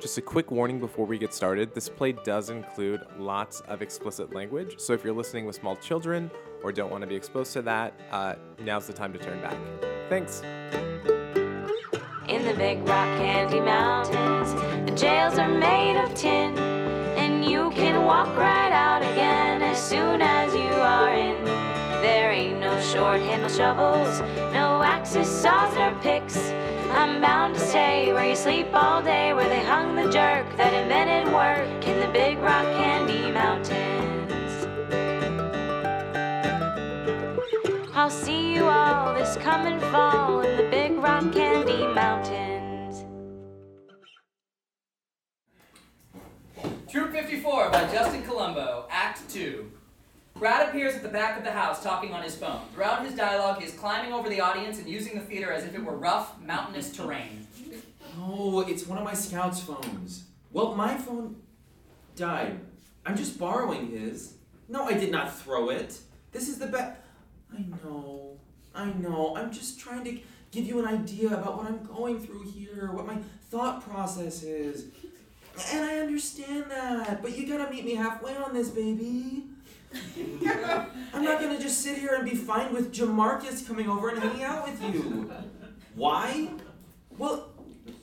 Just a quick warning before we get started this play does include lots of explicit language, so if you're listening with small children or don't want to be exposed to that, uh, now's the time to turn back. Thanks. In the big rock candy mountains, the jails are made of tin, and you can walk right out again as soon as you are in. There ain't no short handle shovels, no axes, saws, nor picks. I'm bound to stay where you sleep all day, where they hung the jerk that invented work in the big rock candy mountains. I'll see you all this coming fall in the Big Rock Candy Mountains. 254 by Justin Colombo, Act 2. Brad appears at the back of the house talking on his phone. Throughout his dialogue, he is climbing over the audience and using the theater as if it were rough, mountainous terrain. Oh, it's one of my scout's phones. Well, my phone died. I'm just borrowing his. No, I did not throw it. This is the best. I know. I know. I'm just trying to give you an idea about what I'm going through here, what my thought process is. And I understand that, but you gotta meet me halfway on this, baby. I'm not gonna just sit here and be fine with Jamarcus coming over and hanging out with you. Why? Well,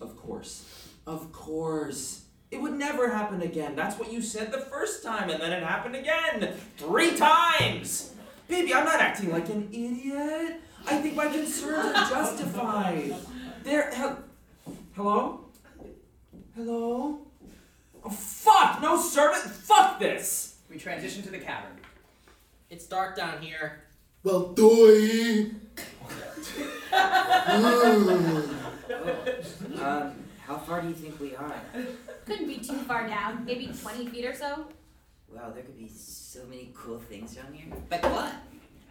of course. Of course. It would never happen again. That's what you said the first time, and then it happened again. Three times! Baby, I'm not acting like an idiot. I think my concerns are justified. There. He- hello? Hello? Oh, fuck! No service! Fuck this! We transition to the cavern. It's dark down here. Well, doy. Um, how far do you think we are? Couldn't be too far down, maybe 20 feet or so. Wow, there could be so many cool things down here. Like what?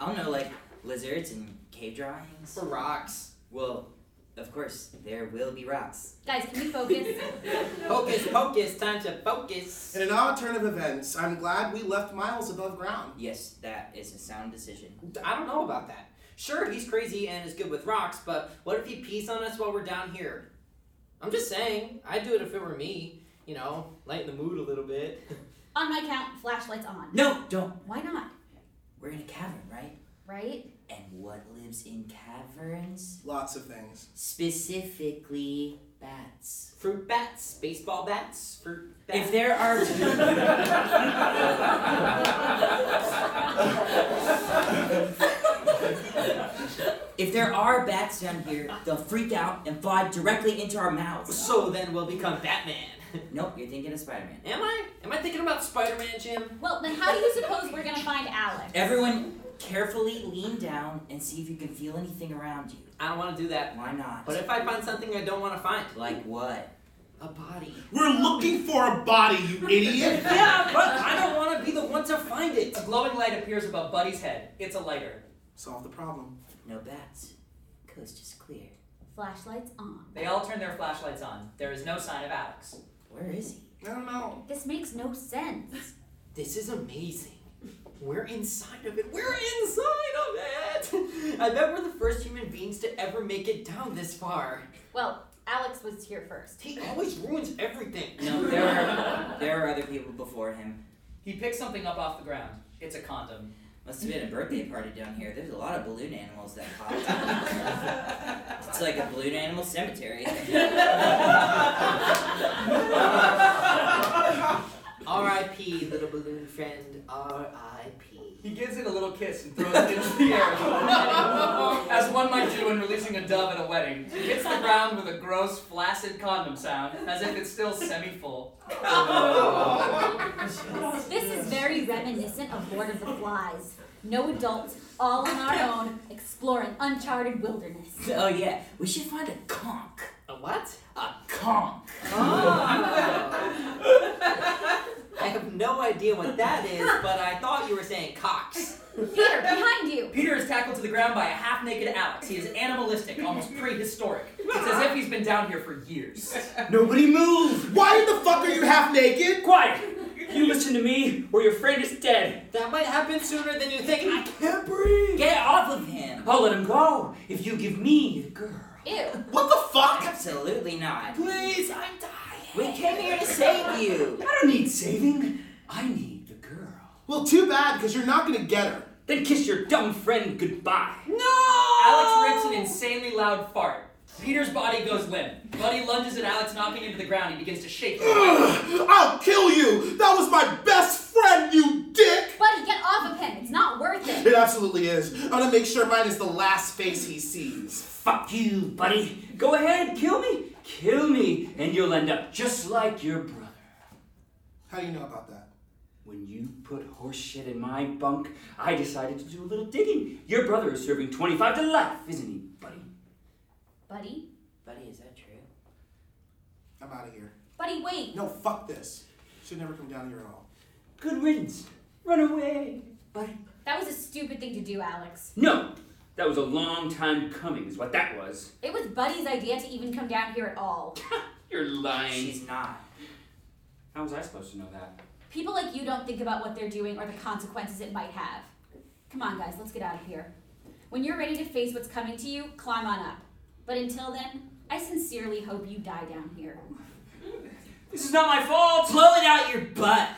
I don't know, like lizards and cave drawings. For rocks. Well, of course, there will be rocks. Guys, can we focus? Hocus pocus, time to focus. And in odd turn of events, I'm glad we left Miles above ground. Yes, that is a sound decision. I don't know about that. Sure, he's crazy and is good with rocks, but what if he pees on us while we're down here? I'm just saying, I'd do it if it were me. You know, lighten the mood a little bit. on my count, flashlights on. No, don't! Why not? We're in a cavern, right? Right? And what lives in caverns? Lots of things. Specifically, bats. Fruit bats, baseball bats, fruit bats. If there are. if there are bats down here, they'll freak out and fly directly into our mouths. so then we'll become Batman. Nope, you're thinking of Spider Man. Am I? Am I thinking about Spider-Man, Jim? Well, then how do you suppose we're gonna find Alex? Everyone, carefully lean down and see if you can feel anything around you. I don't want to do that. Why not? But if I find something I don't want to find, like what? a body. We're looking for a body, you idiot! yeah, but I don't want to be the one to find it. A glowing light appears above Buddy's head. It's a lighter. Solve the problem. No bats. Coast is clear. Flashlights on. They all turn their flashlights on. There is no sign of Alex. Where is he? I don't know. This makes no sense. This is amazing. We're inside of it. We're inside of it. I bet we're the first human beings to ever make it down this far. Well, Alex was here first. He always ruins everything. No, there are there are other people before him. He picks something up off the ground. It's a condom. Must have been a birthday party down here. There's a lot of balloon animals that popped up. it's like a balloon animal cemetery. R.I.P. Little balloon friend. R.I.P. He gives it a little kiss and throws it into the air. As one might do when releasing a dove at a wedding. It hits the ground with a gross, flaccid condom sound, as if it's still semi full. This is very reminiscent of Lord of the Flies. No adults, all on our own, exploring uncharted wilderness. oh yeah, we should find a conch. A what? A conch. Ah, Oh. I have no idea what that is, but I thought you were saying cocks. Peter, behind you! Peter is tackled to the ground by a half naked Alex. He is animalistic, almost prehistoric. It's as if he's been down here for years. Nobody move! Why the fuck are you half naked? Quiet! You listen to me, or your friend is dead. That might happen sooner than you think. I Can't breathe. Get off of him. I'll let him go if you give me the girl. Ew. What the fuck? Absolutely not. Please, I'm dying. We came here to save you. I don't need saving. I need the girl. Well, too bad, because you're not gonna get her. Then kiss your dumb friend goodbye. Alex rips an insanely loud fart. Peter's body goes limp. Buddy lunges at Alex, knocking him to the ground. He begins to shake him. I'll kill you! That was my best friend, you dick! Buddy, get off of him. It's not worth it. It absolutely is. I'm gonna make sure mine is the last face he sees. Fuck you, buddy. Go ahead, kill me. Kill me, and you'll end up just like your brother. How do you know about that? When you put horse shit in my bunk, I decided to do a little digging. Your brother is serving 25 to life, isn't he, buddy? Buddy? Buddy, is that true? I'm out of here. Buddy, wait. No, fuck this. Should never come down here at all. Good riddance. Run away, buddy. That was a stupid thing to do, Alex. No! That was a long time coming, is what that was. It was Buddy's idea to even come down here at all. You're lying. She's not. How was I supposed to know that? People like you don't think about what they're doing or the consequences it might have. Come on, guys, let's get out of here. When you're ready to face what's coming to you, climb on up. But until then, I sincerely hope you die down here. This is not my fault! Blow it out your butt.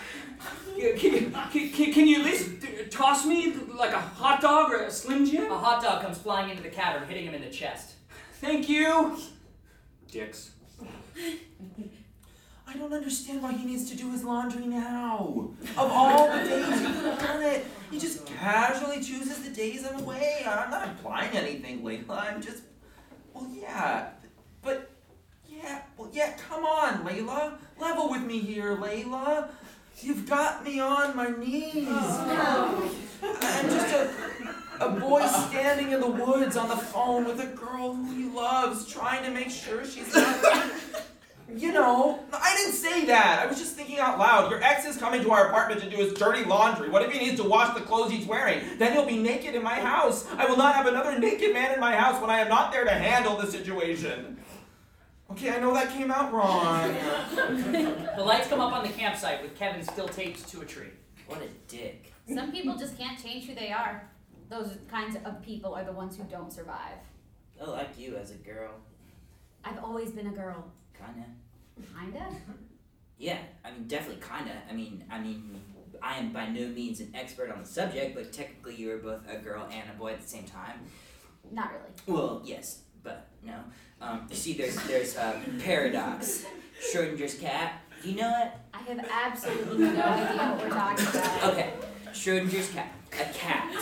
Can, can, can- can you at least t- toss me like a hot dog or a Slim Jim? A hot dog comes flying into the cavern, hitting him in the chest. Thank you! Dicks. I don't understand why he needs to do his laundry now. Of all the days he could have done it, he just casually chooses the days I'm away. I'm not implying anything, Layla. I'm just, well, yeah, but yeah, well, yeah. Come on, Layla. Level with me here, Layla. You've got me on my knees. I'm just a, a boy standing in the woods on the phone with a girl who he loves, trying to make sure she's not. You know, I didn't say that. I was just thinking out loud. Your ex is coming to our apartment to do his dirty laundry. What if he needs to wash the clothes he's wearing? Then he'll be naked in my house. I will not have another naked man in my house when I am not there to handle the situation. Okay, I know that came out wrong. The lights come up on the campsite with Kevin still taped to a tree. What a dick. Some people just can't change who they are. Those kinds of people are the ones who don't survive. I like you as a girl. I've always been a girl. Kinda. Kinda? Yeah, I mean definitely kinda. I mean I mean I am by no means an expert on the subject, but technically you were both a girl and a boy at the same time. Not really. Well, yes, but no. Um, you see, there's there's uh, paradox. Schrodinger's cat. You know it? I have absolutely no idea what we're talking about. Okay. Schrodinger's cat. A cat,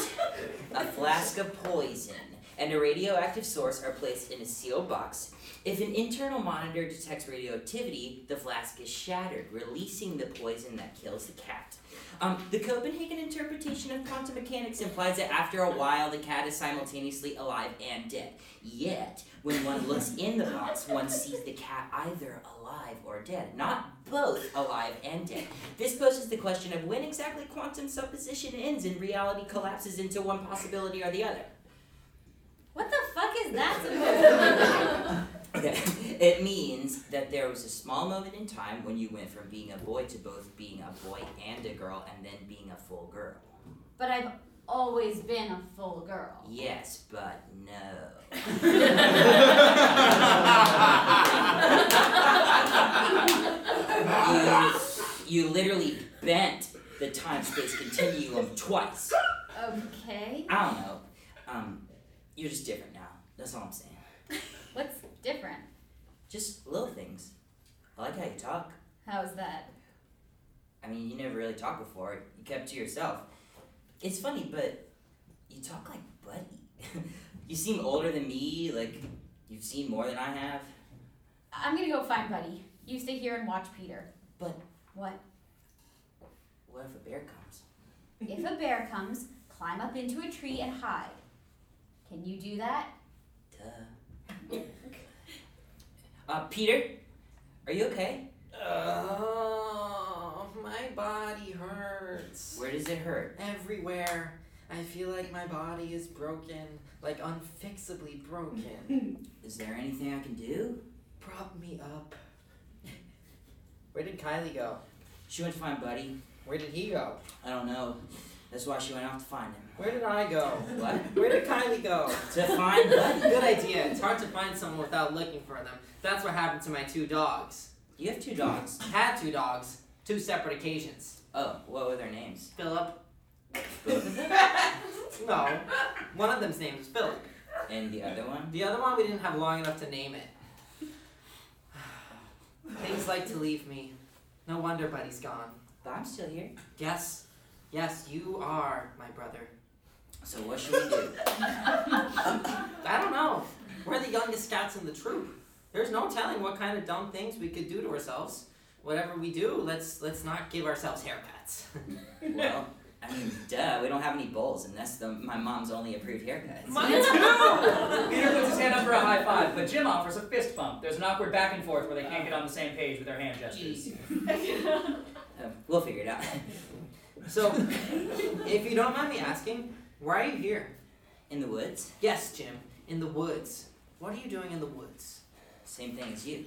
a flask of poison, and a radioactive source are placed in a sealed box. If an internal monitor detects radioactivity, the flask is shattered, releasing the poison that kills the cat. Um, the Copenhagen interpretation of quantum mechanics implies that after a while, the cat is simultaneously alive and dead. Yet, when one looks in the box, one sees the cat either alive or dead, not both alive and dead. This poses the question of when exactly quantum supposition ends and reality collapses into one possibility or the other. What the fuck is that supposed to mean? Okay. It means that there was a small moment in time when you went from being a boy to both being a boy and a girl and then being a full girl. But I've always been a full girl. Yes, but no. you, you literally bent the time space continuum twice. Okay. I don't know. Um, you're just different now. That's all I'm saying. What's different? Just little things. I like how you talk. How's that? I mean, you never really talked before. You kept to yourself. It's funny, but you talk like Buddy. you seem older than me. Like you've seen more than I have. I'm gonna go find Buddy. You stay here and watch Peter. But- What? What if a bear comes? If a bear comes, climb up into a tree and hide. Can you do that? Duh. uh, Peter, are you okay? Oh, my body hurts. Where does it hurt? Everywhere. I feel like my body is broken, like unfixably broken. Is there anything I can do? Prop me up. Where did Kylie go? She went to find Buddy. Where did he go? I don't know. That's why she went off to find him. Where did I go? What? Where did Kylie go? to find Buddy. Good idea. It's hard to find someone without looking for them. That's what happened to my two dogs. You have two dogs. Had two dogs, two separate occasions. Oh, what were their names? Philip. no, one of them's name is Philip. And the other one? The other one we didn't have long enough to name it. Things like to leave me. No wonder Buddy's gone. But I'm still here. Yes, yes, you are my brother. So what should we do? I don't know. We're the youngest scouts in the troop. There's no telling what kind of dumb things we could do to ourselves. Whatever we do, let's let's not give ourselves haircuts. Well, I mean, duh, we don't have any bowls, and that's the my mom's only approved haircut. Peter puts his hand up for a high five, but Jim offers a fist bump. There's an awkward back and forth where they can't get on the same page with their hand gestures. Uh, we'll figure it out. so, if you don't mind me asking, why are you here? In the woods, Yes, Jim, in the woods. What are you doing in the woods? same thing as you.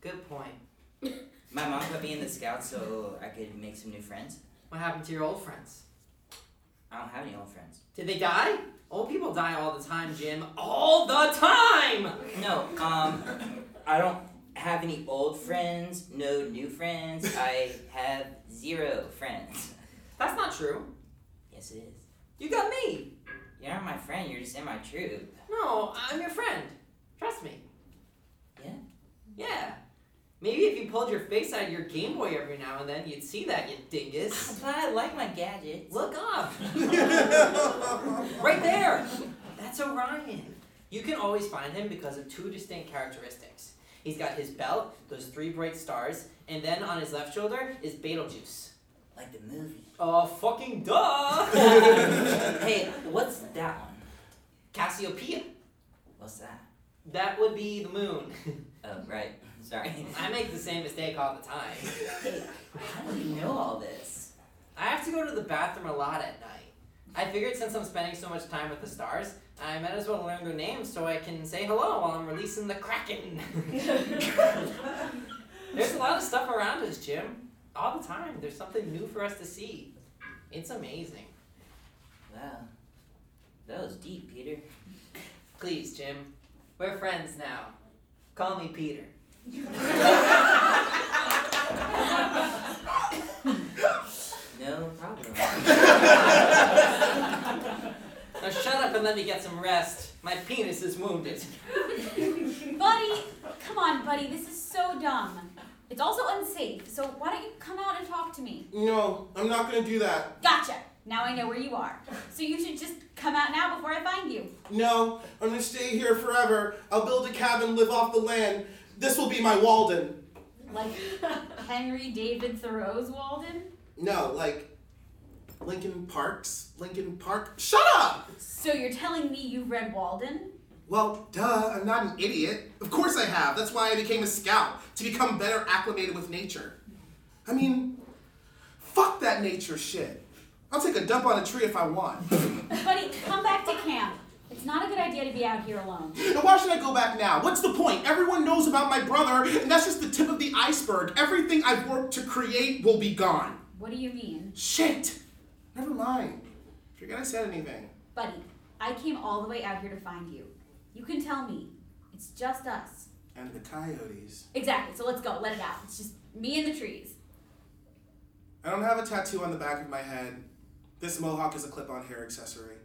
Good point. My mom put me in the scouts so I could make some new friends. What happened to your old friends? I don't have any old friends. Did they die? Old people die all the time, Jim. Oh, All the time! No, um, I don't have any old friends, no new friends. I have zero friends. That's not true. Yes, it is. You got me. You're not my friend, you're just in my troop. No, I'm your friend. Trust me. Yeah? Yeah. Maybe if you pulled your face out of your Game Boy every now and then, you'd see that, you dingus. But I like my gadgets. Look up! right there! That's Orion. You can always find him because of two distinct characteristics. He's got his belt, those three bright stars, and then on his left shoulder is Betelgeuse. Like the movie. Oh, fucking duh! hey, what's that one? Cassiopeia. What's that? That would be the moon. Oh, right. Sorry. I make the same mistake all the time. Hey, how do you know all this? I have to go to the bathroom a lot at night. I figured since I'm spending so much time with the stars, I might as well learn their names so I can say hello while I'm releasing the kraken. There's a lot of stuff around us, Jim. All the time. There's something new for us to see. It's amazing. Wow. That was deep, Peter. Please, Jim. We're friends now. Call me Peter. No problem. Now shut up and let me get some rest. My penis is wounded. buddy, come on, buddy. This is so dumb. It's also unsafe. So why don't you come out and talk to me? No, I'm not gonna do that. Gotcha. Now I know where you are. So you should just come out now before I find you. No, I'm gonna stay here forever. I'll build a cabin, live off the land. This will be my Walden. Like Henry David Thoreau's Walden. No, like Lincoln Parks. Lincoln Park. Shut up! So you're telling me you've read Walden? Well, duh, I'm not an idiot. Of course I have. That's why I became a scout, to become better acclimated with nature. I mean, fuck that nature shit. I'll take a dump on a tree if I want. and Buddy, come back to camp. It's not a good idea to be out here alone. why should I go back now? What's the point? Everyone knows about my brother, and that's just the tip of the iceberg. Everything I've worked to create will be gone. What do you mean? Shit! Never mind. Forget I said anything. Buddy, I came all the way out here to find you. You can tell me. It's just us. And the coyotes. Exactly, so let's go. Let it out. It's just me and the trees. I don't have a tattoo on the back of my head. This mohawk is a clip on hair accessory.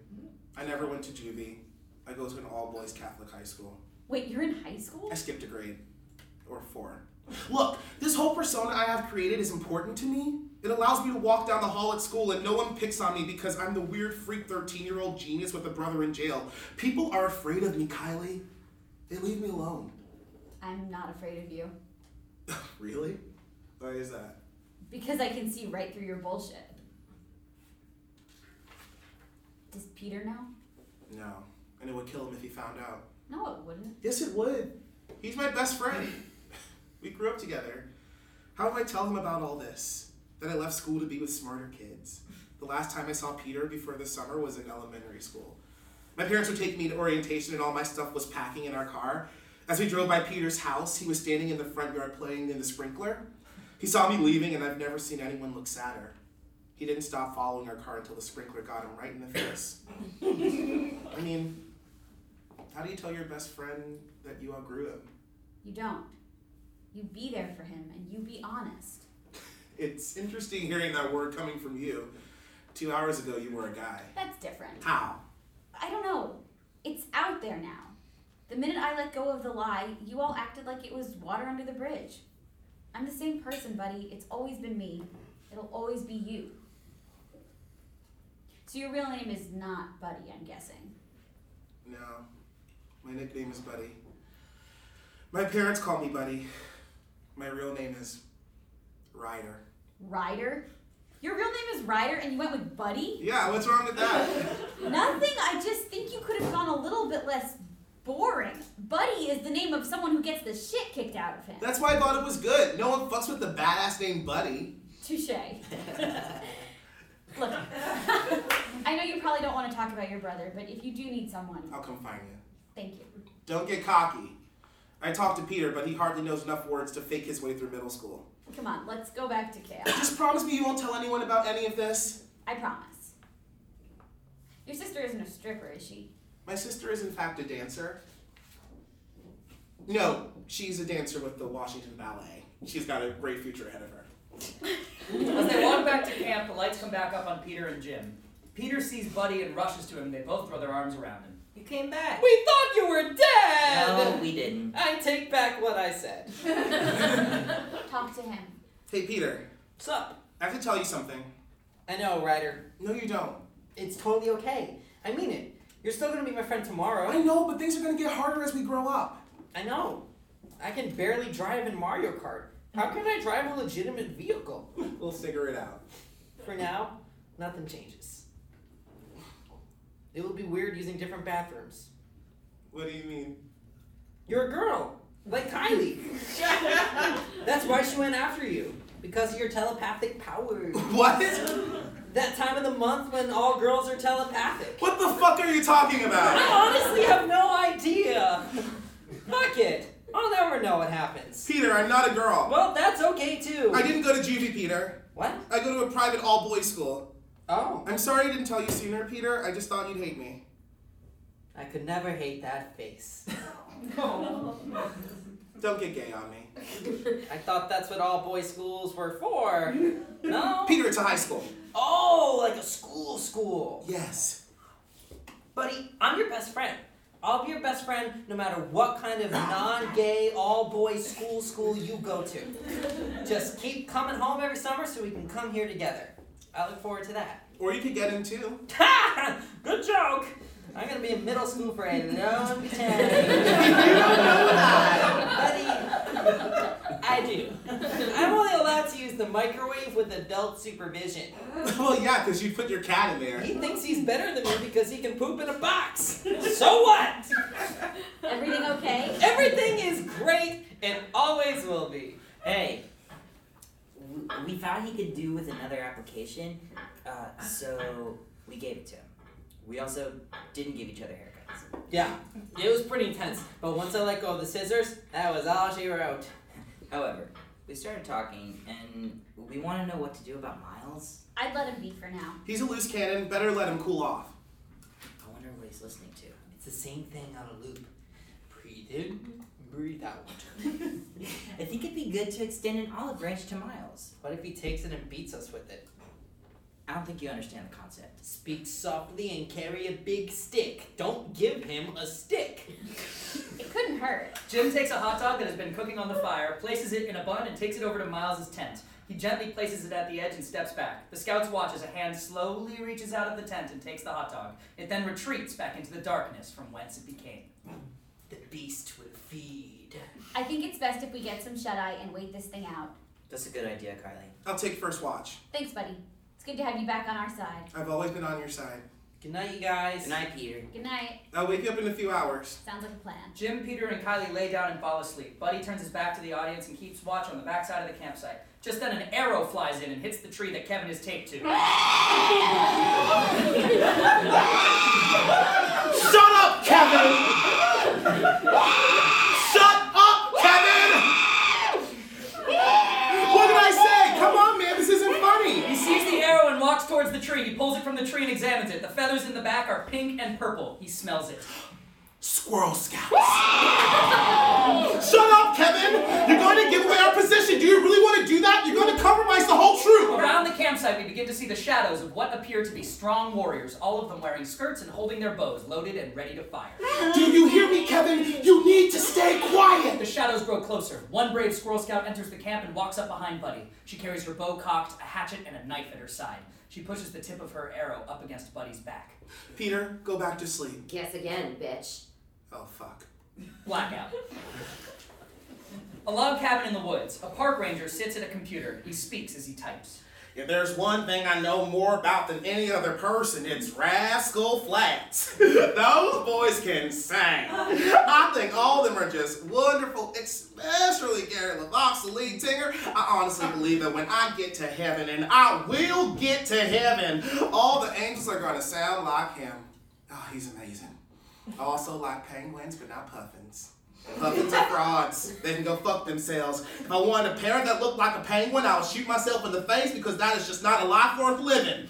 I never went to juvie. I go to an all boys Catholic high school. Wait, you're in high school? I skipped a grade. Or four. Look, this whole persona I have created is important to me. It allows me to walk down the hall at school and no one picks on me because I'm the weird freak 13 year old genius with a brother in jail. People are afraid of me, Kylie. They leave me alone. I'm not afraid of you. Really? Why is that? Because I can see right through your bullshit. Does Peter know? No. And it would kill him if he found out. No, it wouldn't. Yes, it would. He's my best friend. we grew up together. How do I tell him about all this? That I left school to be with smarter kids. The last time I saw Peter before the summer was in elementary school. My parents would take me to orientation, and all my stuff was packing in our car. As we drove by Peter's house, he was standing in the front yard playing in the sprinkler. He saw me leaving, and I've never seen anyone look sadder. He didn't stop following our car until the sprinkler got him right in the face. I mean, how do you tell your best friend that you outgrew them? You don't. You be there for him and you be honest. It's interesting hearing that word coming from you. Two hours ago, you were a guy. That's different. How? I don't know. It's out there now. The minute I let go of the lie, you all acted like it was water under the bridge. I'm the same person, buddy. It's always been me. It'll always be you. So your real name is not Buddy, I'm guessing. No. My nickname is Buddy. My parents call me Buddy. My real name is Ryder. Ryder? Your real name is Ryder and you went with Buddy? Yeah, what's wrong with that? Nothing. I just think you could have gone a little bit less boring. Buddy is the name of someone who gets the shit kicked out of him. That's why I thought it was good. No one fucks with the badass named Buddy. Touche. Look, I know you probably don't want to talk about your brother, but if you do need someone, I'll come find you. thank you. Don't get cocky. I talked to Peter, but he hardly knows enough words to fake his way through middle school. Come on, let's go back to chaos. Just promise me you won't tell anyone about any of this. I promise. Your sister isn't a stripper, is she? My sister is, in fact, a dancer. No, she's a dancer with the Washington Ballet. She's got a great future ahead of her. As they walk back to camp, the lights come back up on Peter and Jim. Peter sees Buddy and rushes to him. They both throw their arms around him. You came back. We thought you were dead! No, we didn't. I take back what I said. Talk to him. Hey, Peter, Sup? I have to tell you something. I know, Ryder. No, you don't. It's totally okay. I mean it. You're still gonna be my friend I tomorrow. know, but things are gonna get harder as we grow up. I know. I can barely drive in Mario Kart. How can I drive a legitimate vehicle? We'll figure it out. For now, nothing changes. It will be weird using different bathrooms. What do you mean? You're a girl, like Kylie. That's why she went after you, because of your telepathic powers. What? That time of the month when all girls are telepathic. What the fuck are you talking about? I honestly have no idea. Fuck it. I'll never know what happens. Peter, I'm not a girl. Well, that's okay too. I didn't go to juvie, Peter. What? I go to a private all boys school. Oh, I'm sorry I didn't tell you sooner, Peter. I just thought you'd hate me. I could never hate that face. Don't get gay on me. I thought that's what all boys schools were for. No. Peter, it's a high school. Oh, like a school school. Yes. Buddy, I'm your best friend. I'll be your best friend no matter what kind of non-gay all-boys school school you go to. Just keep coming home every summer so we can come here together. I look forward to that. Or you could get in too. Ha! Good joke. I'm gonna be in middle school for a long time. you don't know that, buddy. I do. I'm only allowed to use the microwave with adult supervision. well, yeah, because you put your cat in there. He thinks he's better than me because he can poop in a box. So what? Everything okay? Everything is great and always will be. Hey, w- we found he could do with another application, uh, so we gave it to him. We also didn't give each other haircuts. Yeah, it was pretty intense. But once I let go of the scissors, that was all she wrote. However, we started talking, and we want to know what to do about Miles. I'd let him be for now. He's a loose cannon. Better let him cool off. I wonder what he's listening to. It's the same thing on a loop. Breathe in, breathe out. I think it'd be good to extend an olive branch to Miles. What if he takes it and beats us with it? I don't think you understand the concept. Speak softly and carry a big stick. Don't give him a stick. It couldn't hurt. Jim takes a hot dog that has been cooking on the fire, places it in a bun, and takes it over to Miles's tent. He gently places it at the edge and steps back. The scouts watch as a hand slowly reaches out of the tent and takes the hot dog. It then retreats back into the darkness from whence it became. The beast will feed. I think it's best if we get some shut eye and wait this thing out. That's a good idea, Kylie. I'll take first watch. Thanks, buddy. It's good to have you back on our side. I've always been on your side. Good night, you guys. Good night, Peter. Good night. I'll wake you up in a few hours. Sounds like a plan. Jim, Peter, and Kylie lay down and fall asleep. Buddy turns his back to the audience and keeps watch on the backside of the campsite. Just then, an arrow flies in and hits the tree that Kevin is taped to. Shut up, Kevin! Shut up, Kevin! what did I say? Come on, man, this isn't He funny. sees the arrow and walks towards the tree. He pulls it from the tree and examines it. The feathers in the back are pink and purple. He smells it. Squirrel Scouts. Shut up, Kevin! You're going to give compromised the whole troop! Around the campsite, we begin to see the shadows of what appear to be strong warriors, all of them wearing skirts and holding their bows, loaded and ready to fire. Do you hear me, Kevin? You need to stay quiet! The shadows grow closer. One brave Squirrel Scout enters the camp and walks up behind Buddy. She carries her bow cocked, a hatchet, and a knife at her side. She pushes the tip of her arrow up against Buddy's back. Peter, go back to sleep. Guess again, bitch. Oh, fuck. Blackout. A log cabin in the woods. A park ranger sits at a computer. He speaks as he types. If there's one thing I know more about than any other person, it's Rascal Flats. Those boys can sing. I think all of them are just wonderful, especially Gary LaVox, the lead singer. I honestly believe that when I get to heaven, and I will get to heaven, all the angels are going to sound like him. Oh, he's amazing. I also like penguins, but not puffins. Puffins are frauds. They can go fuck themselves. If I wanted a parent that looked like a penguin, I would shoot myself in the face because that is just not a life worth living.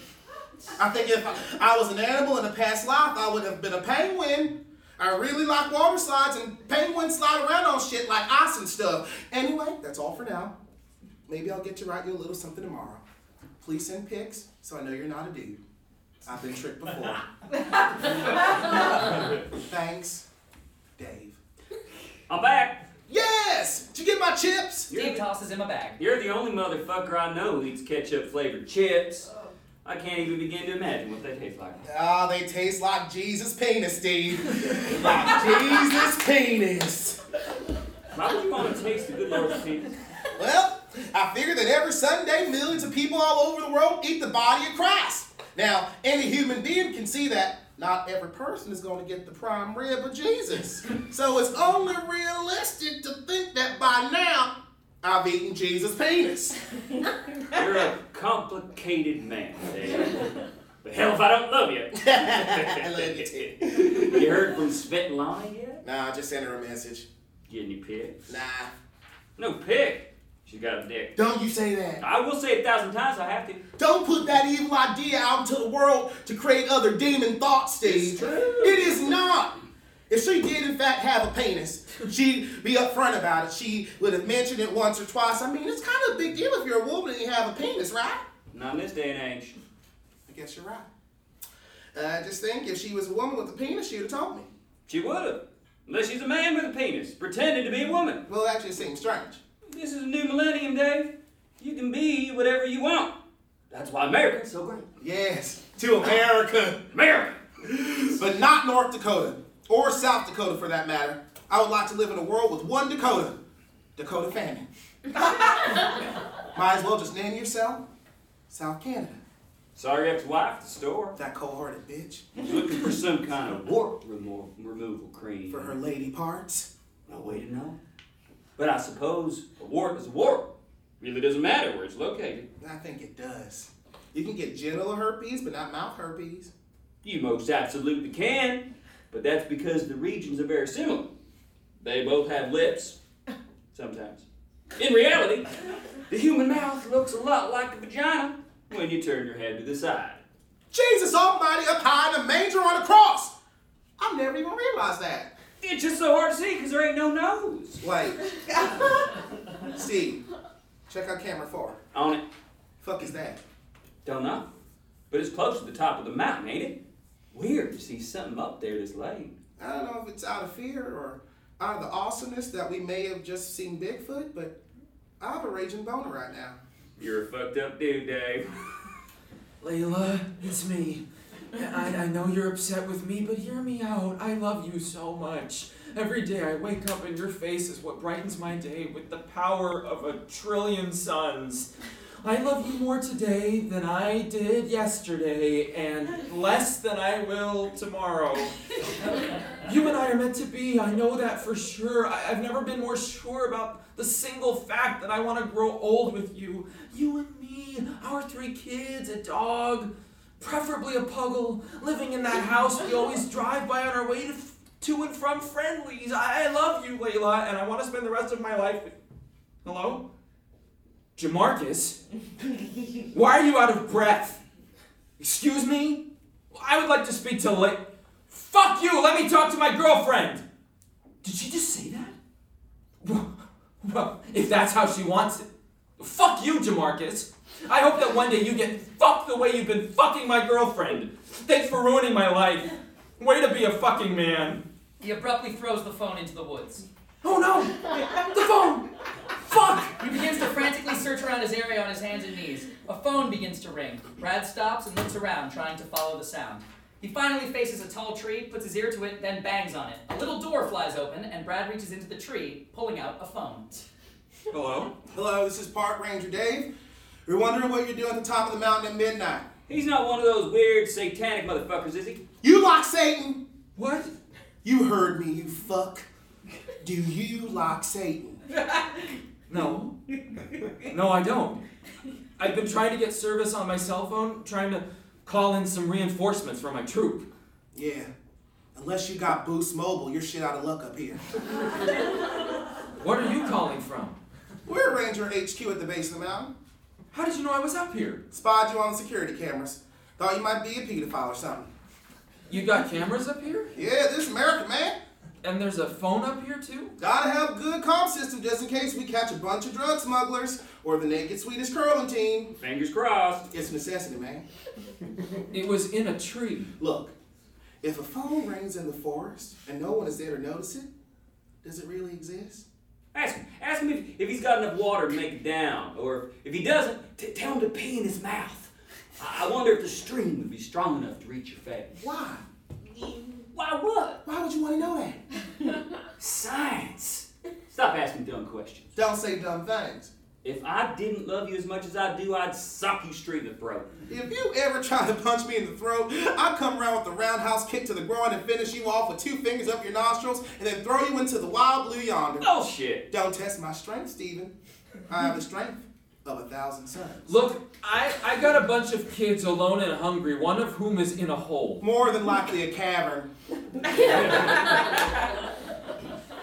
I think if I was an animal in a past life, I would have been a penguin. I really like water slides, and penguins slide around on shit like ice and stuff. Anyway, that's all for now. Maybe I'll get to write you a little something tomorrow. Please send pics so I know you're not a dude. I've been tricked before. Thanks, Dave. I'm back. Yes! Did you get my chips? Steve tosses him a bag. You're the only motherfucker I know who eats ketchup flavored chips. I can't even begin to imagine what they taste like. Ah, they taste like Jesus' penis, Steve. like Jesus' penis. Why would you want to taste the good Lord's penis? Well, I figure that every Sunday, millions of people all over the world eat the body of Christ. Now, any human being can see that not every person is going to get the prime rib of Jesus. So it's only realistic to think that by now, I've eaten Jesus' penis. You're a complicated man, Dave. But hell if I don't love you. I love you too. You heard from Svetlana yet? Nah, I just sent her a message. Get any pics? Nah. No pic. She's got a dick. Don't you say that. I will say it a thousand times. I have to. Don't put that evil idea out into the world to create other demon thoughts, Steve. It is not. If she did, in fact, have a penis, she'd be upfront about it. She would have mentioned it once or twice. I mean, it's kind of a big deal if you're a woman and you have a penis, right? Not in this day and age. I guess you're right. Uh, just think, if she was a woman with a penis, she'd have told me. She would have. Unless she's a man with a penis, pretending to be a woman. Well, that just seems strange. This is a new millennium, Dave. You can be whatever you want. That's why America's so great. Yes, to America. America! but not North Dakota or South Dakota for that matter. I would like to live in a world with one Dakota, Dakota famine. Might as well just name yourself South Canada. Sorry you have to wife at the store. That cold-hearted bitch Looking for some kind of wart remo- removal cream. for her lady parts. No way to know. But I suppose a wart is a wart. Really doesn't matter where it's located. I think it does. You can get genital herpes, but not mouth herpes. You most absolutely can, but that's because the regions are very similar. They both have lips, sometimes. In reality, the human mouth looks a lot like a vagina when you turn your head to the side. Jesus Almighty up high in a manger on a cross. I've never even realized that. It's just so hard to see because there ain't no nose. Wait. Steve, check out camera four. On it, Fuck is that? don't know. But it's close to the top of the mountain, ain't it? Weird to see something up there this late. I don't know if it's out of fear or out of the awesomeness that we may have just seen Bigfoot, but I have a raging boner right now. You're a fucked up dude, Dave. Layla, it's me. I, I know you're upset with me, but hear me out. I love you so much. Every day I wake up and your face is what brightens my day with the power of a trillion suns. I love you more today than I did yesterday, and less than I will tomorrow. you and I are meant to be, I know that for sure. I, I've never been more sure about the single fact that I want to grow old with you. You and me, our three kids, a dog, preferably a puggle, living in that house we always drive by on our way to, f- to and from friendlies. I, I love you, Layla, and I want to spend the rest of my life with Hello? Jamarcus? Why are you out of breath? Excuse me? I would like to speak to Lay. Fuck you! Let me talk to my girlfriend! Did she just say that? Well, well, if that's how she wants it. Fuck you, Jamarcus. I hope that one day you get fucked the way you've been fucking my girlfriend. Thanks for ruining my life. Way to be a fucking man. He abruptly throws the phone into the woods. Oh no! The phone! Fuck! He begins to frantically search around his area on his hands and knees. A phone begins to ring. Brad stops and looks around, trying to follow the sound. He finally faces a tall tree, puts his ear to it, then bangs on it. A little door flies open, and Brad reaches into the tree, pulling out a phone. Hello? Hello, this is Park Ranger Dave. We're wondering what you're doing at the top of the mountain at midnight. He's not one of those weird satanic motherfuckers, is he? You like Satan? What? You heard me, you fuck. Do you like Satan? No. No, I don't. I've been trying to get service on my cell phone, trying to call in some reinforcements for my troop. Yeah. Unless you got Boost Mobile, you're shit out of luck up here. What are you calling from? We're Ranger HQ at the base of the mountain. How did you know I was up here? Spied you on security cameras. Thought you might be a pedophile or something. You got cameras up here? Yeah, this is America, man. And there's a phone up here too? Gotta have a good comm system just in case we catch a bunch of drug smugglers or the naked Swedish curling team. Fingers crossed. It's a necessity, man. It was in a tree. Look, if a phone rings in the forest and no one is there to notice it, does it really exist? Ask him. Ask him if, if he's got enough water to make it down, or if he doesn't, t- tell him to pee in his mouth. I-, I wonder if the stream would be strong enough to reach your face. Why? Why what? Why would you want to know that? Science. Stop asking dumb questions. Don't say dumb things. If I didn't love you as much as I do, I'd sock you straight in the throat. If you ever try to punch me in the throat, I'd come around with a roundhouse kick to the groin and finish you off with two fingers up your nostrils and then throw you into the wild blue yonder. Oh, Bullshit. Don't test my strength, Steven. I have the strength of a thousand suns. Look, I, I got a bunch of kids alone and hungry, one of whom is in a hole. More than likely a cavern.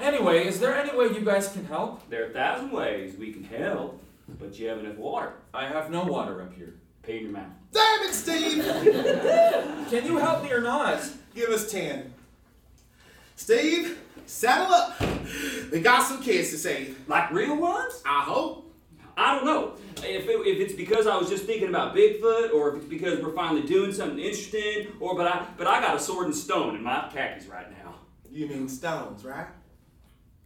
Anyway, is there any way you guys can help? There are a thousand ways we can help, but you have enough water. I have no water up here. Pee in your mouth. Damn it, Steve! Can you help me or not? Give us 10. Steve, saddle up. We got some kids to save. Like real ones? I hope. I don't know. If, it, if it's because I was just thinking about Bigfoot, or if it's because we're finally doing something interesting, or but I but I got a sword and stone in my khakis right now. You mean stones, right?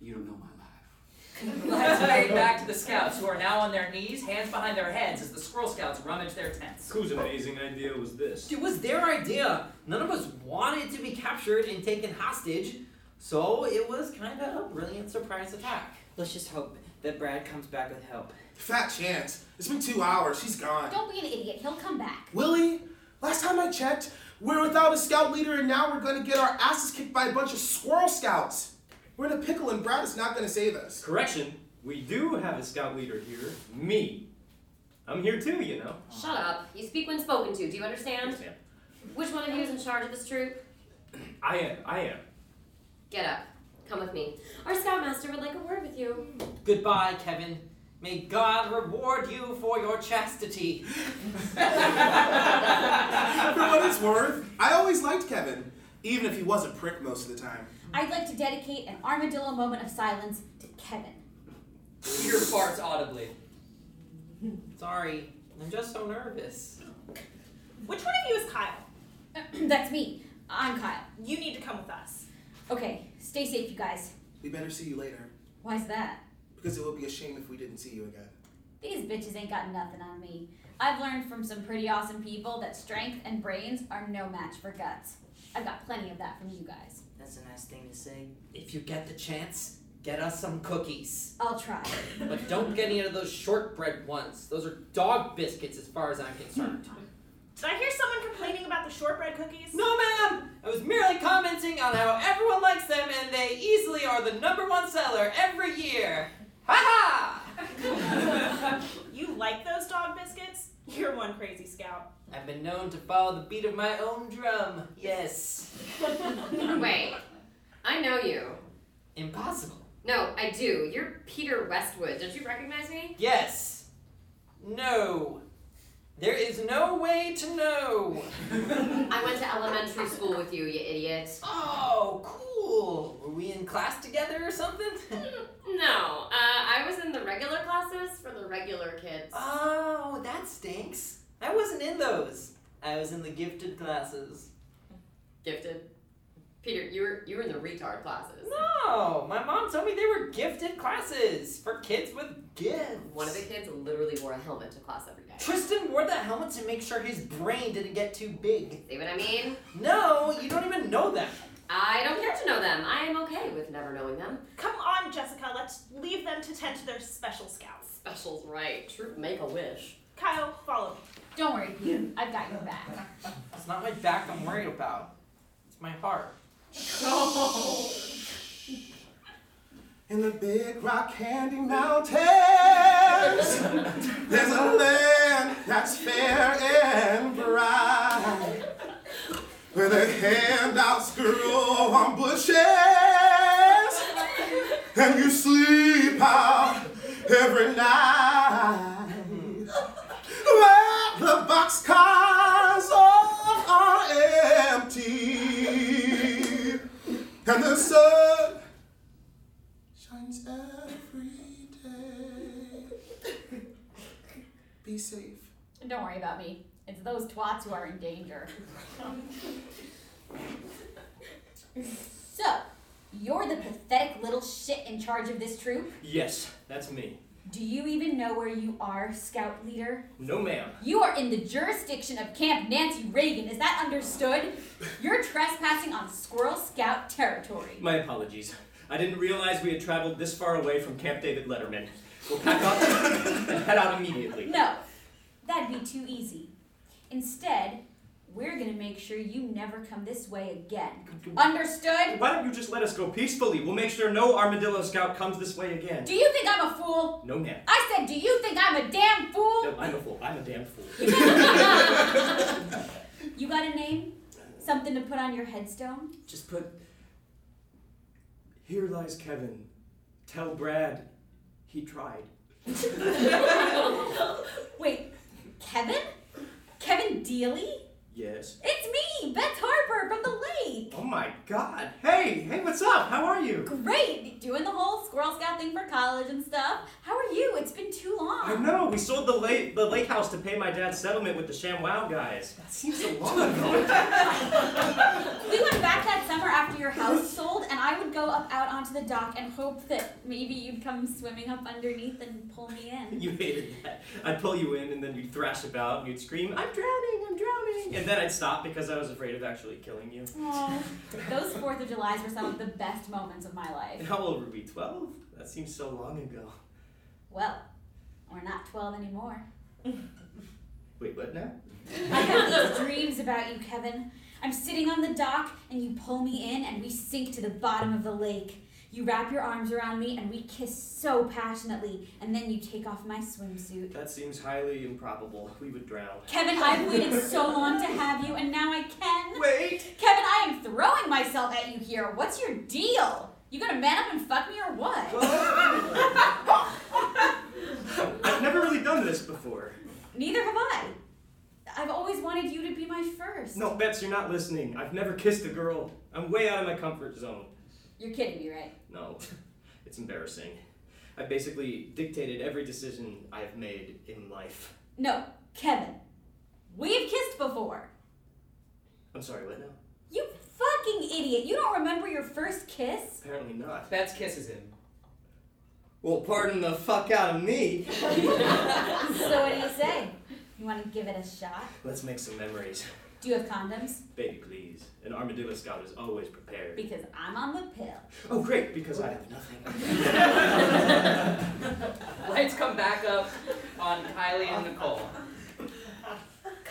You don't know my life. Lights fade back to the scouts, who are now on their knees, hands behind their heads, as the Squirrel Scouts rummage their tents. Whose amazing idea was this? It was their idea. None of us wanted to be captured and taken hostage, so it was kind of a brilliant surprise attack. Let's just hope that Brad comes back with help. Fat chance. It's been two hours. She's gone. Don't be an idiot. He'll come back. Willie, last time I checked, we're without a scout leader and now we're gonna get our asses kicked by a bunch of squirrel scouts. We're in a pickle and Brad is not gonna save us. Correction, we do have a scout leader here. Me. I'm here too, you know. Shut up. You speak when spoken to. Do you understand? Yes, ma'am. Which one of you is in charge of this troop? I am. I am. Get up. Come with me. Our scoutmaster would like a word with you. Goodbye, Kevin. May God reward you for your chastity. For what it's worth, I always liked Kevin, even if he was a prick most of the time. I'd like to dedicate an armadillo moment of silence to Kevin. Peter farts audibly. Sorry, I'm just so nervous. Which one of you is Kyle? That's me. I'm Kyle. You need to come with us. Okay, stay safe, you guys. We better see you later, Why's that? because it would be a shame if we didn't see you again. These bitches ain't got nothing on me. I've learned from some pretty awesome people that strength and brains are no match for guts. I've got plenty of that from you guys. That's a nice thing to say. If you get the chance, get us some cookies. Oh. I'll try. But don't get any of those shortbread ones. Those are dog biscuits as far as I'm concerned. Did I hear someone complaining about the shortbread cookies? No, ma'am! I was merely commenting on how everyone likes them and they easily are the number one seller every year. Ha ha! You like those dog biscuits? You're one crazy scout. I've been known to follow the beat of my own drum. Yes. Wait. I know you. Impossible. No, I do. You're Peter Westwood. Don't you recognize me? Yes. No. There is no way to know. I went to elementary school with you, you idiot. Oh, cool. Were we in class together or something? No, uh, I was in the regular classes for the regular kids. Oh, that stinks. I wasn't in those. I was in the gifted classes. Gifted? Peter, you were you were in the retard classes. No, my mom told me they were gifted classes for kids with gifts. One of the kids literally wore a helmet to class every day. Tristan wore that helmet to make sure his brain didn't get too big. See what I mean? No, you don't even know that. I don't care to know them. I am okay with never knowing them. Come on, Jessica, let's leave them to tend to their special scouts. Special's right. True. Make a wish. Kyle, follow me. Don't worry, Peter. I've got your back. It's not my back I'm worried about. It's my heart. In the big rock candy mountains, there's a land that's fair and bright, where the handouts grow on bushes, and you sleep out every night. Where the boxcars all are empty, and the sun shines every day. Be safe. And Don't worry about me. It's those twats who are in danger. so, you're the pathetic little shit in charge of this troop. Yes, that's me. Do you even know where you are, scout leader? No, ma'am. You are in the jurisdiction of Camp Nancy Reagan. Is that understood? You're trespassing on Squirrel Scout territory. My apologies. I didn't realize we had traveled this far away from Camp David Letterman. We'll pack up and head out immediately. No, that'd be too easy. Instead, we're gonna make sure you never come this way again. Understood? Why don't you just let us go peacefully? We'll make sure no armadillo scout comes this way again. Do you think I'm a fool? No, ma'am. I said, do you think I'm a damn No, fool? I'm a fool. I'm a damn fool. You got a name? Something to put on your headstone? Just put. Here lies Kevin. Tell Brad he tried. Wait, Kevin? Kevin Dealey? Yes. It's me, Beth Harper from the lake. Oh my god. Hey, hey, what's up? How are you? Great, doing the whole Squirrel Scout thing for college and stuff. How are you? It's been too long. I know, we sold the lake the lake house to pay my dad's settlement with the Sham Wow guys. That seems so long ago. We went back that summer after your house sold, and I would go up out onto the dock and hope that maybe you'd come swimming up underneath and pull me in. you hated that. I'd pull you in and then you'd thrash about and you'd scream, I'm drowning, I'm drowning and then I'd stop because I was afraid of actually killing you. Aw, those Fourth of Julys were some of the best moments of my And life. how old were we? Twelve? That seems so long ago. Well, we're not 12 anymore. Wait, what now? I have these dreams about you, Kevin. I'm sitting on the dock, and you pull me in, and we sink to the bottom of the lake. You wrap your arms around me, and we kiss so passionately, and then you take off my swimsuit. That seems highly improbable. We would drown. Kevin, I've waited so long to have you, and now I can. Wait! Kevin, I am throwing myself at you here. What's your deal? You gonna man up and fuck me or what? I've never really done this before. Neither have I. I've always wanted you to be my first. No, Bets, you're not listening. I've never kissed a girl. I'm way out of my comfort zone. You're kidding me, right? No, it's embarrassing. I basically dictated every decision I've made in life. No, Kevin. We've kissed before. I'm sorry, what now? You fucking idiot. You don't remember your first kiss? Apparently not. Bats kisses him. Well, pardon the fuck out of me. So what do you say? You wanna give it a shot? Let's make some memories. Do you have condoms? Baby, please. An armadillo scout is always prepared. Because I'm on the pill. Oh, great, because I have nothing. Lights come back up on Uh, Kylie and Nicole.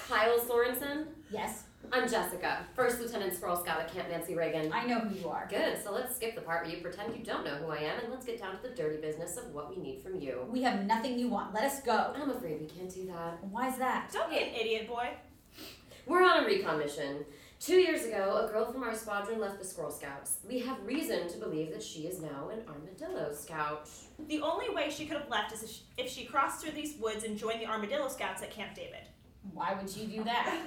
Kyle Sorensen? Yes, I'm Jessica, First Lieutenant Squirrel Scout at Camp Nancy Reagan. I know who you are. Good, so let's skip the part where you pretend you don't know who I am and let's get down to the dirty business of what we need from you. We have nothing you want. Let us go. I'm afraid we can't do that. Uh, Why's that? Don't be an idiot, boy. We're on a recon mission. Two years ago, a girl from our squadron left the Squirrel Scouts. We have reason to believe that she is now an Armadillo Scout. The only way she could have left is if she- if she crossed through these woods and joined the Armadillo Scouts at Camp David. Why would you do that?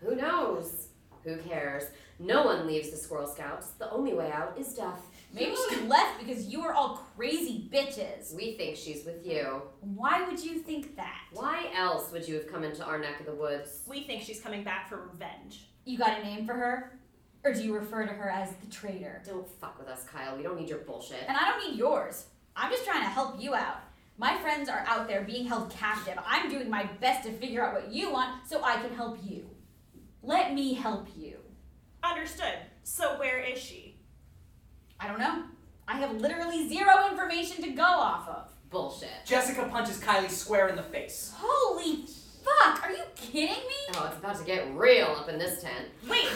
Who knows? Who cares? No one leaves the Squirrel Scouts. The only way out is death. Maybe she left because you are all crazy bitches. We think she's with you. Why would you think that? Why else would you have come into our neck of the woods? We think she's coming back for revenge. You got a name for her? Or do you refer to her as the traitor? Don't fuck with us, Kyle. We don't need your bullshit. And I don't need yours. I'm just trying to help you out. My friends are out there being held captive. I'm doing my best to figure out what you want so I can help you. Let me help you. Understood. So where is she? I don't know. I have literally zero information to go off of. Bullshit. Jessica punches Kylie square in the face. Holy fuck! Are you kidding me? Oh, it's about to get real up in this tent. Wait!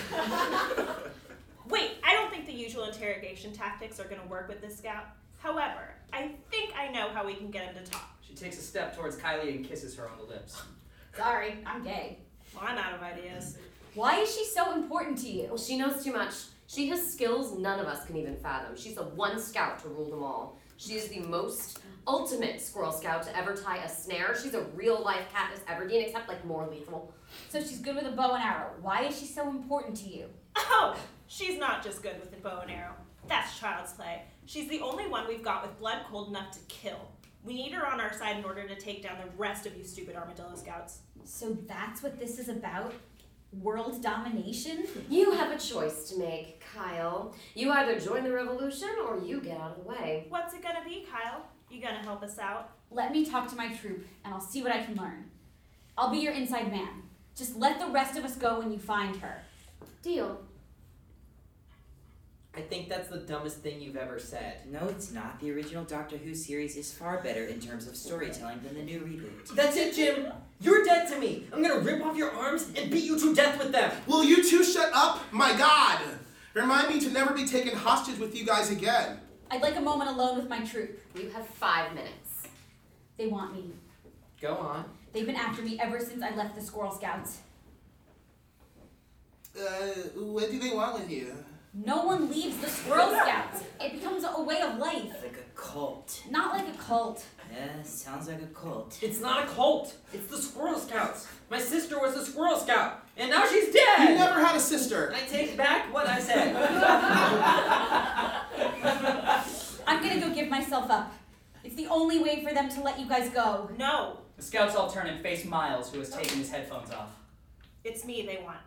Wait, I don't think the usual interrogation tactics are gonna work with this scout. However, I think I know how we can get him to talk. She takes a step towards Kylie and kisses her on the lips. Sorry, I'm gay. Well, I'm out of ideas. Why is she so important to you? Well, she knows too much. She has skills none of us can even fathom. She's the one scout to rule them all. She is the most ultimate squirrel scout to ever tie a snare. She's a real life Katniss Everdeen, except like more lethal. So she's good with a bow and arrow. Why is she so important to you? Oh, she's not just good with the bow and arrow. That's child's play. She's the only one we've got with blood cold enough to kill. We need her on our side in order to take down the rest of you stupid armadillo scouts. So that's what this is about? World domination? You have a choice to make, Kyle. You either join the revolution or you get out of the way. What's it gonna be, Kyle? You gonna help us out? Let me talk to my troop and I'll see what I can learn. I'll be your inside man. Just let the rest of us go when you find her. Deal. I think that's the dumbest thing you've ever said. No, it's not. The original Doctor Who series is far better in terms of storytelling than the new reboot. That's it, Jim. You're dead to me. I'm gonna rip off your arms and beat you to death with them. Will you two shut up? My God! Remind me to never be taken hostage with you guys again. I'd like a moment alone with my troop. You have five minutes. They want me. Go on. They've been after me ever since I left the Squirrel Scouts. Uh, what do they want with you? No one leaves the Squirrel Scouts. It becomes a way of life. Like a cult. Not like a cult. Yeah, sounds like a cult. It's not a cult. It's the Squirrel Scouts. My sister was a Squirrel Scout, and now she's dead. You never had a sister. I take back what I said. I'm gonna go give myself up. It's the only way for them to let you guys go. No, The scouts all turn and face Miles, who has taken his headphones off. it's me they want.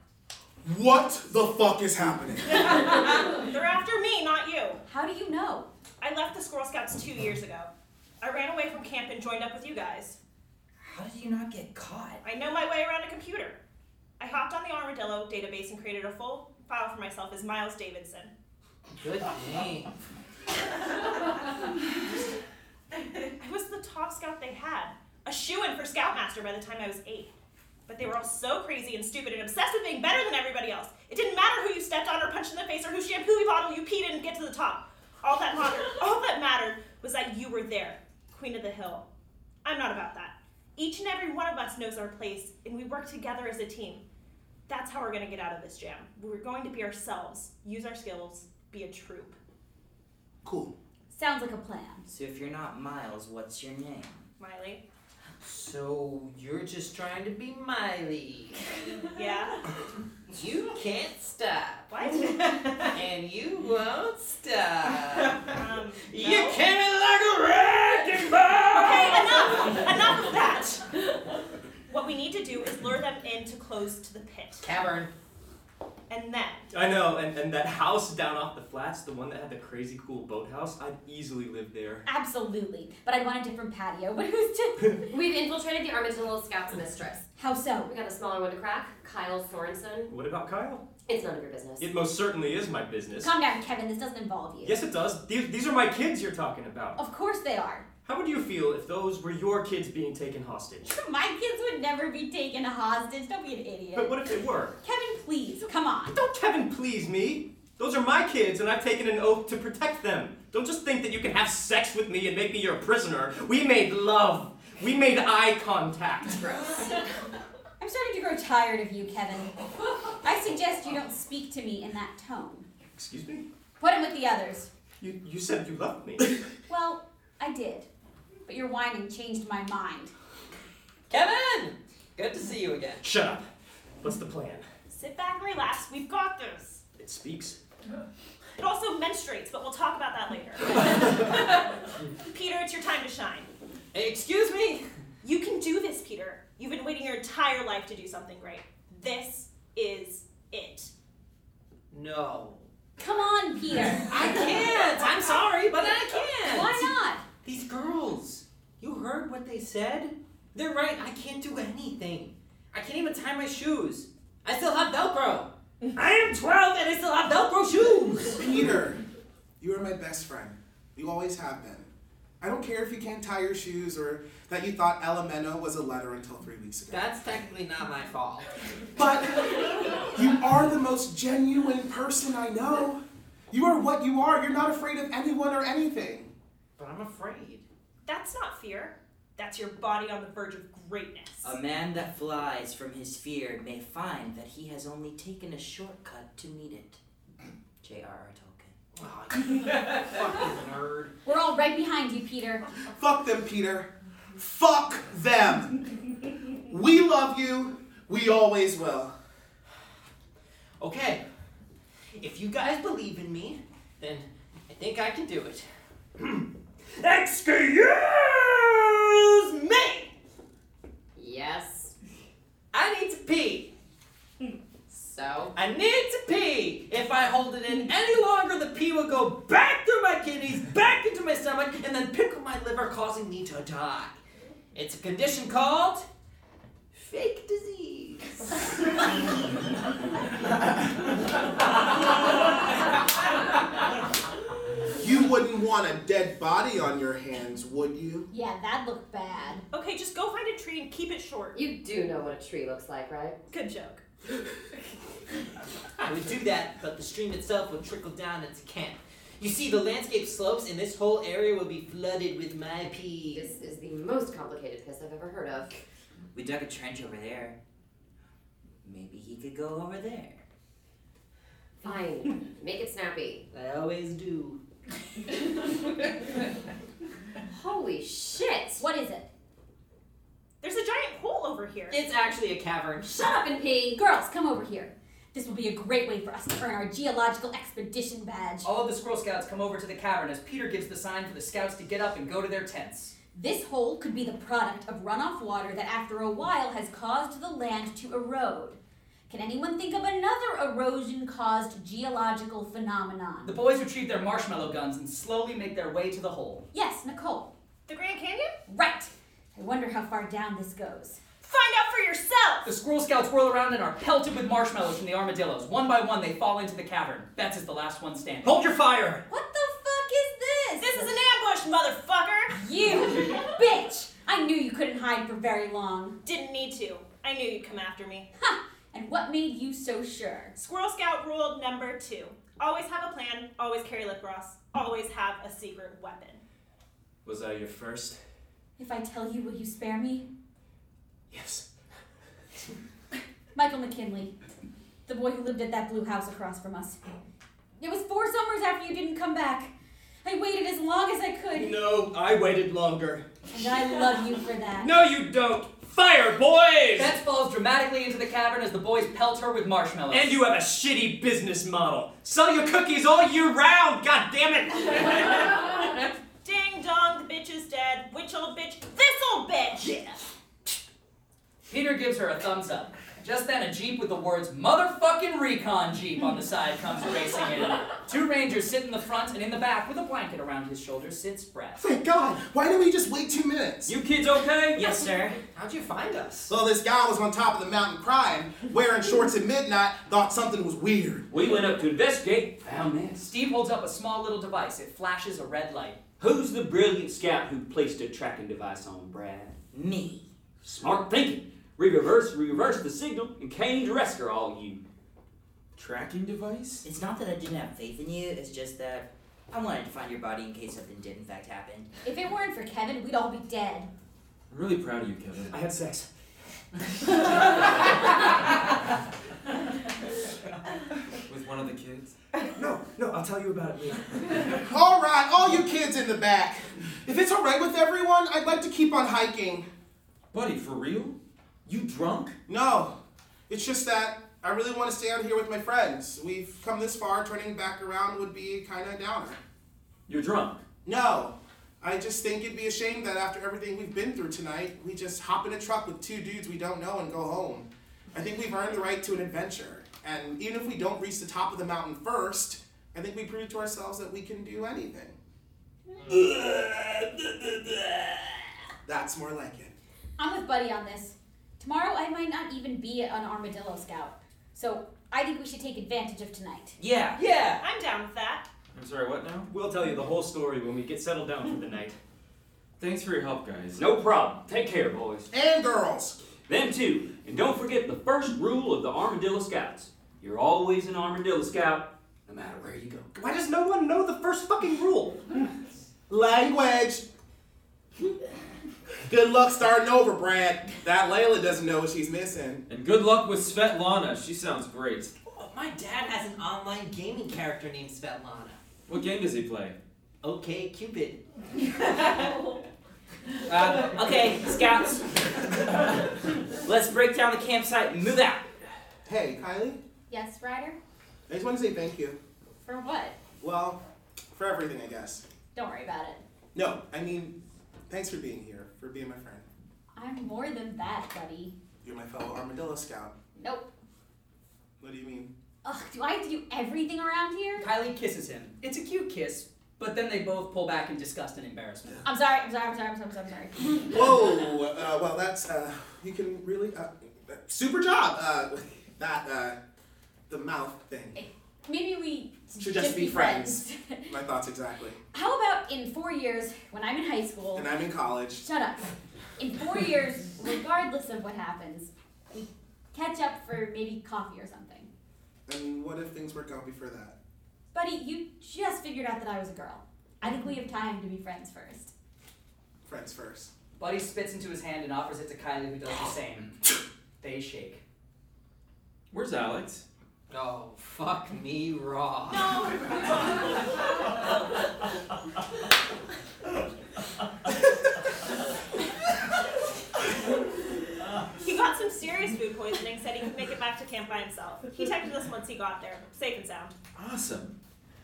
What the fuck is happening? They're after me, not you. How do you know? I left the Squirrel Scouts two years ago. I ran away from camp and joined up with you guys. How did you not get caught? I know my way around a computer. I hopped on the Armadillo database and created a full file for myself as Miles Davidson. Good name. I was the top scout they had, a shoe in for Scoutmaster by the time I was eight. But they were all so crazy and stupid and obsessed with being better than everybody else. It didn't matter who you stepped on or punched in the face or who shampoo bottle you peed in and get to the top. All that mattered, all that mattered was that you were there, queen of the hill. I'm not about that. Each and every one of us knows our place, and we work together as a team. That's how we're going to get out of this jam. We're going to be ourselves, use our skills, be a troop. Cool. Sounds like a plan. So if you're not Miles, what's your name? Miley? So you're just trying to be Miley. Yeah? You can't stop. What? And you won't stop. Um, You no. came in like a wrecking ball. Okay, enough! Enough of that! What we need to do is lure them in to close to the pit. Cavern. And then, I know, and, and that house down off the flats, the one that had the crazy cool boathouse, I'd easily live there. Absolutely. But I want a different patio. But who's to. We've infiltrated the Armadillo Scouts mistress. How so? We got a smaller one to crack. Kyle Sorensen. What about Kyle? It's none of your business. It most certainly is my business. Calm down, Kevin. This doesn't involve you. Yes, it does. These, these are my kids you're talking about. Of course they are. How would you feel if those were your kids being taken hostage? My kids would never be taken hostage. Don't be an But idiot. what if they were? Kevin, please, come on. Don't Kevin please me. Those are my kids, and I've taken an oath to protect them. Don't just think that you can have sex with me and make me your prisoner. We made love. We made eye contact. I'm starting to grow tired of you, Kevin. I suggest you don't speak to me in that tone. Excuse me? Put him with the others. You, you said you loved me. Well, I did. But your whining changed my mind. Kevin! Good to see you again. Shut up. What's the plan? sit back and relax, we've got this. It speaks. It also menstruates, but we'll talk about that later. Peter, it's your time to shine. Excuse me? You can do this, Peter. You've been waiting your entire life to do something great. This is it. No. Come on, Peter. I can't. I'm sorry, but I can't. Why not? These girls. You heard what they said? They're right. I can't do anything. I can't even tie my shoes. I still have Velcro. I am 12 and I still have Velcro shoes. Peter, you are my best friend. You always have been. I don't care if you can't tie your shoes or that you thought Elemento was a letter until three weeks ago. That's technically not my fault. But you are the most genuine person I know. You are what you are. You're not afraid of anyone or anything. But I'm afraid. That's not fear. That's your body on the verge of greatness. A man that flies from his fear may find that he has only taken a shortcut to meet it. J.R.R. Tolkien. nerd. We're all right behind you, Peter. Fuck them, Peter. Fuck them. We love you. We always will. Okay. If you guys believe in me, then I think I can do it. Excuse me! Yes. I need to pee. So? I need to pee. If I hold it in any longer, the pee will go back through my kidneys, back into my stomach, and then pickle my liver, causing me to die. It's a condition called fake disease. You wouldn't want a dead body on your hands, would you? Yeah, that looked bad. Okay, just go find a tree and keep it short. You do know what a tree looks like, right? Good joke. I would do that, but the stream itself would trickle down into camp. You see, the landscape slopes, and this whole area would be flooded with my pee. This is the most complicated piss I've ever heard of. We dug a trench over there. Maybe he could go over there. Fine. Make it snappy. I always do. Holy shit! What is it? There's a giant hole over here. It's actually a cavern. Shut up and pee. Girls, come over here. This will be a great way for us to earn our geological expedition badge. All of the Squirrel Scouts come over to the cavern as Peter gives the sign for the Scouts to get up and go to their tents. This hole could be the product of runoff water that after a while has caused the land to erode. Can anyone think of another erosion caused geological phenomenon? The boys retrieve their marshmallow guns and slowly make their way to the hole. Yes, Nicole. The Grand Canyon? Right. I wonder how far down this goes. Find out for yourself! The Squirrel Scouts whirl around and are pelted with marshmallows from the armadillos. One by one, they fall into the cavern. Betts is the last one standing. Hold your fire! What the fuck is This this? is an ambush, motherfucker! You bitch! I knew you couldn't hide for very long. Didn't need to. I knew you'd come after me. And what made you so sure? Squirrel Scout rule number two always have a plan, always carry lip gloss, always have a secret weapon. Was I your first? If I tell you, will you spare me? Yes. Michael McKinley, the boy who lived at that blue house across from us. It was four summers after you didn't come back. I waited as long as I could. No, I waited longer. And I love you for that. No, you don't. Fire, boys! Betts falls dramatically into the cavern as the boys pelt her with marshmallows. And you have a shitty business model. Sell your cookies all year round. God damn it! Ding dong, the bitch is dead. Which old bitch? This old bitch! Peter gives her a thumbs up. Just then, a jeep with the words "motherfucking recon jeep" on the side comes racing in. Two rangers sit in the front, and in the back, with a blanket around his shoulders, sits Brett. Thank God. Why didn't we just wait two minutes? You kids okay? Yes, sir. How'd you find us? So this guy was on top of the mountain crying, wearing shorts at midnight, thought something was weird. We went up to investigate, Oh, found this. Steve holds up a small little device. It flashes a red light. Who's the brilliant scout who placed a tracking device on Brad? Me. Smart thinking. We reversed, we reversed the signal and came to rescue all you. Tracking device? It's not that I didn't have faith in you, it's just that I wanted to find your body in case something did in fact happen. If it weren't for Kevin, we'd all be dead. I'm really proud of you, Kevin. I had sex. With one of the kids? No, no, I'll tell you about it later. All right, all you kids in the back. If it's all right with everyone, I'd like to keep on hiking. Buddy, for real? You drunk? No, it's just that I I really want to stay out here with my friends. We've come this far. Turning back around would be kind of a downer. You're drunk. No. I just think it'd be a shame that after everything we've been through tonight, we just hop in a truck with two dudes we don't know and go home. I think we've earned the right to an adventure. And even if we don't reach the top of the mountain first, I think we prove to ourselves that we can do anything. That's more like it. I'm with Buddy on this. Tomorrow I might not even be an armadillo scout. So I think we should take advantage of tonight. Yeah. Yeah. I'm down with that. I'm sorry, what now? We'll tell you the whole story when we get settled down for the night. Thanks for your help, guys. No problem. Take care, boys. And girls. Them too. And don't forget the first rule of the Armadillo Scouts. You're always an Armadillo Scout, no matter where you go. Why does no one know the first fucking rule? Language. Good luck starting over, Brad. That Layla doesn't know what she's missing. And good luck with Svetlana. She sounds great. Oh, my dad has an online gaming character named Svetlana. What game does he play? Okay, Cupid. Um, Uh, okay, scouts. Let's break down the campsite and move out. Hey, Kylie. Yes, Ryder? I just want to say thank you. For what? Well, for everything, I guess. Don't worry about it. No, I mean, thanks for being here, for being my friend. I'm more than that, Buddy. You're my fellow armadillo scout. Nope. What do you mean? Ugh, do I have to do everything around here? Kylie kisses him. It's a cute kiss, but then they both pull back in disgust and embarrassment. I'm sorry, I'm sorry, I'm sorry, I'm sorry, I'm sorry. Whoa! Uh, well, that's uh, you can really uh, super job. Uh, that uh, the mouth thing Maybe we should just be friends. my thoughts exactly. How about in four years, when I'm in high school, And I'm in college. Shut up. In four years, regardless of what happens, we catch up for maybe coffee or something. And what if things work out before that? Buddy, you just figured out that I was a girl. I think we have time to be friends first. Friends first. Buddy spits into his hand and offers it to Kylie, who does the same. They shake. Where's Alex? Oh, fuck me raw. uh, He got some serious food poisoning, said he could make it back to camp by himself. He texted us once he got there, safe and sound. Awesome.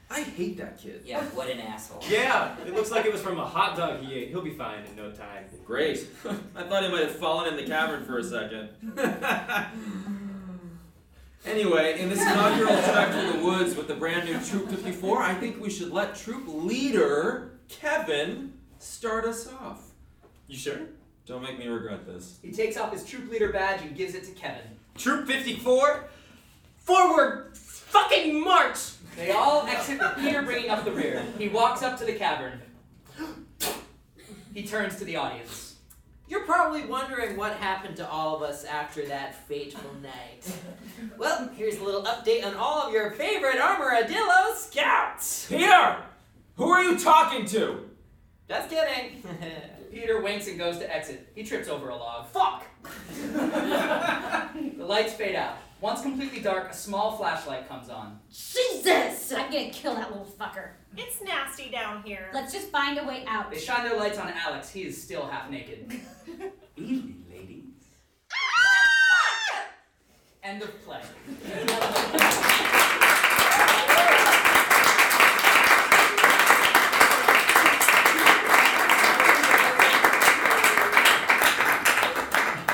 I hate that kid. Yeah, what an asshole. Yeah, it looks like it was from a hot dog he ate. He'll be fine in no time. Great. I thought he might have fallen in the cavern for a second. anyway, in this inaugural trek through the woods with the brand new Troop 54, I think we should let Troop Leader Kevin start us off. You sure? Don't make me regret this. He takes off his troop leader badge and gives it to Kevin. Troop 54, forward fucking march! They all exit with Peter bringing up the rear. He walks up to the cavern. He turns to the audience. You're probably wondering what happened to all of us after that fateful night. Well, here's a little update on all of your favorite Armoradillo scouts. Peter! Who are you talking to? Just kidding. Peter winks and goes to exit. He trips over a log. Fuck! the lights fade out. Once completely dark, a small flashlight comes on. Jesus! I'm gonna kill that little fucker. It's nasty down here. Let's just find a way out. They shine their lights on Alex. He is still half naked. Evening, ladies. End of play.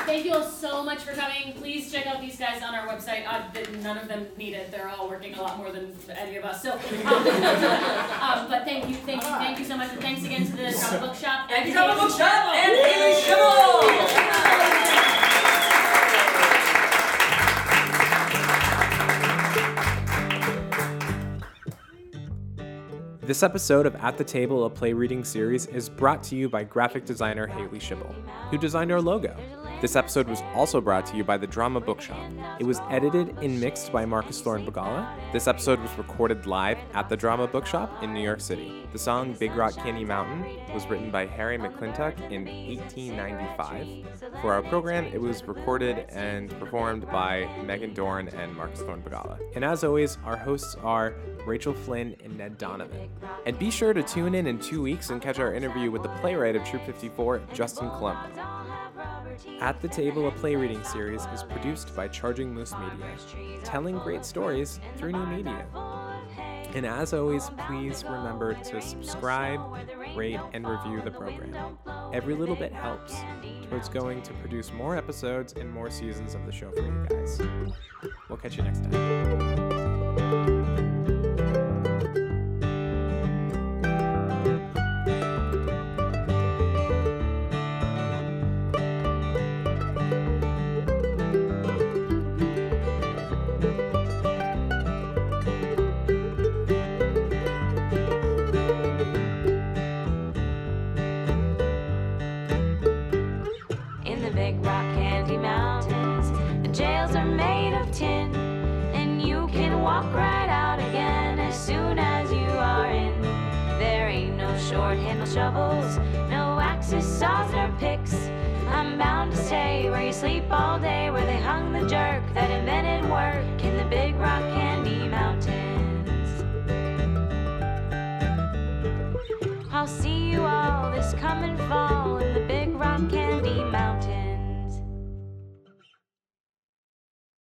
Thank you all so much for coming. Please check out these guys on our website. Odd that none of them need it. They're all working a lot more than any of us. So, um, um, but thank you, thank you, thank you so much, and thanks again to the Drama Bookshop. Thank you, and Drama Bookshop and Woo! Haley Schimmel! This episode of At the Table, a play reading series, is brought to you by graphic designer Haley Schibble, who designed our logo. This episode was also brought to you by the Drama Bookshop. It was edited and mixed by Marcus Thorne Bagala. This episode was recorded live at the Drama Bookshop in New York City. The song Big Rock Candy Mountain was written by Harry McClintock in 1895. For our program, it was recorded and performed by Megan Dorn and Marcus Thorne Bagala. And as always, our hosts are Rachel Flynn and Ned Donovan. And be sure to tune in in two weeks and catch our interview with the playwright of Troop 54, Justin Colombo. Don't have rubber At the Table, a play reading series is produced by Charging Moose Media, telling great stories through new media. And as always, please remember to subscribe, rate, and review the program. Every little bit helps towards going to produce more episodes and more seasons of the show for you guys. We'll catch you next time. in the big rock candy mountains. The jails are made of tin, and you can walk right out again as soon as you are in. There ain't no short handle shovels, no axes, saws, nor picks. I'm bound to stay where you sleep all day, where they hung the jerk that invented work in the big rock candy mountains. I'll see you all this coming fall in the big rock candy mountains.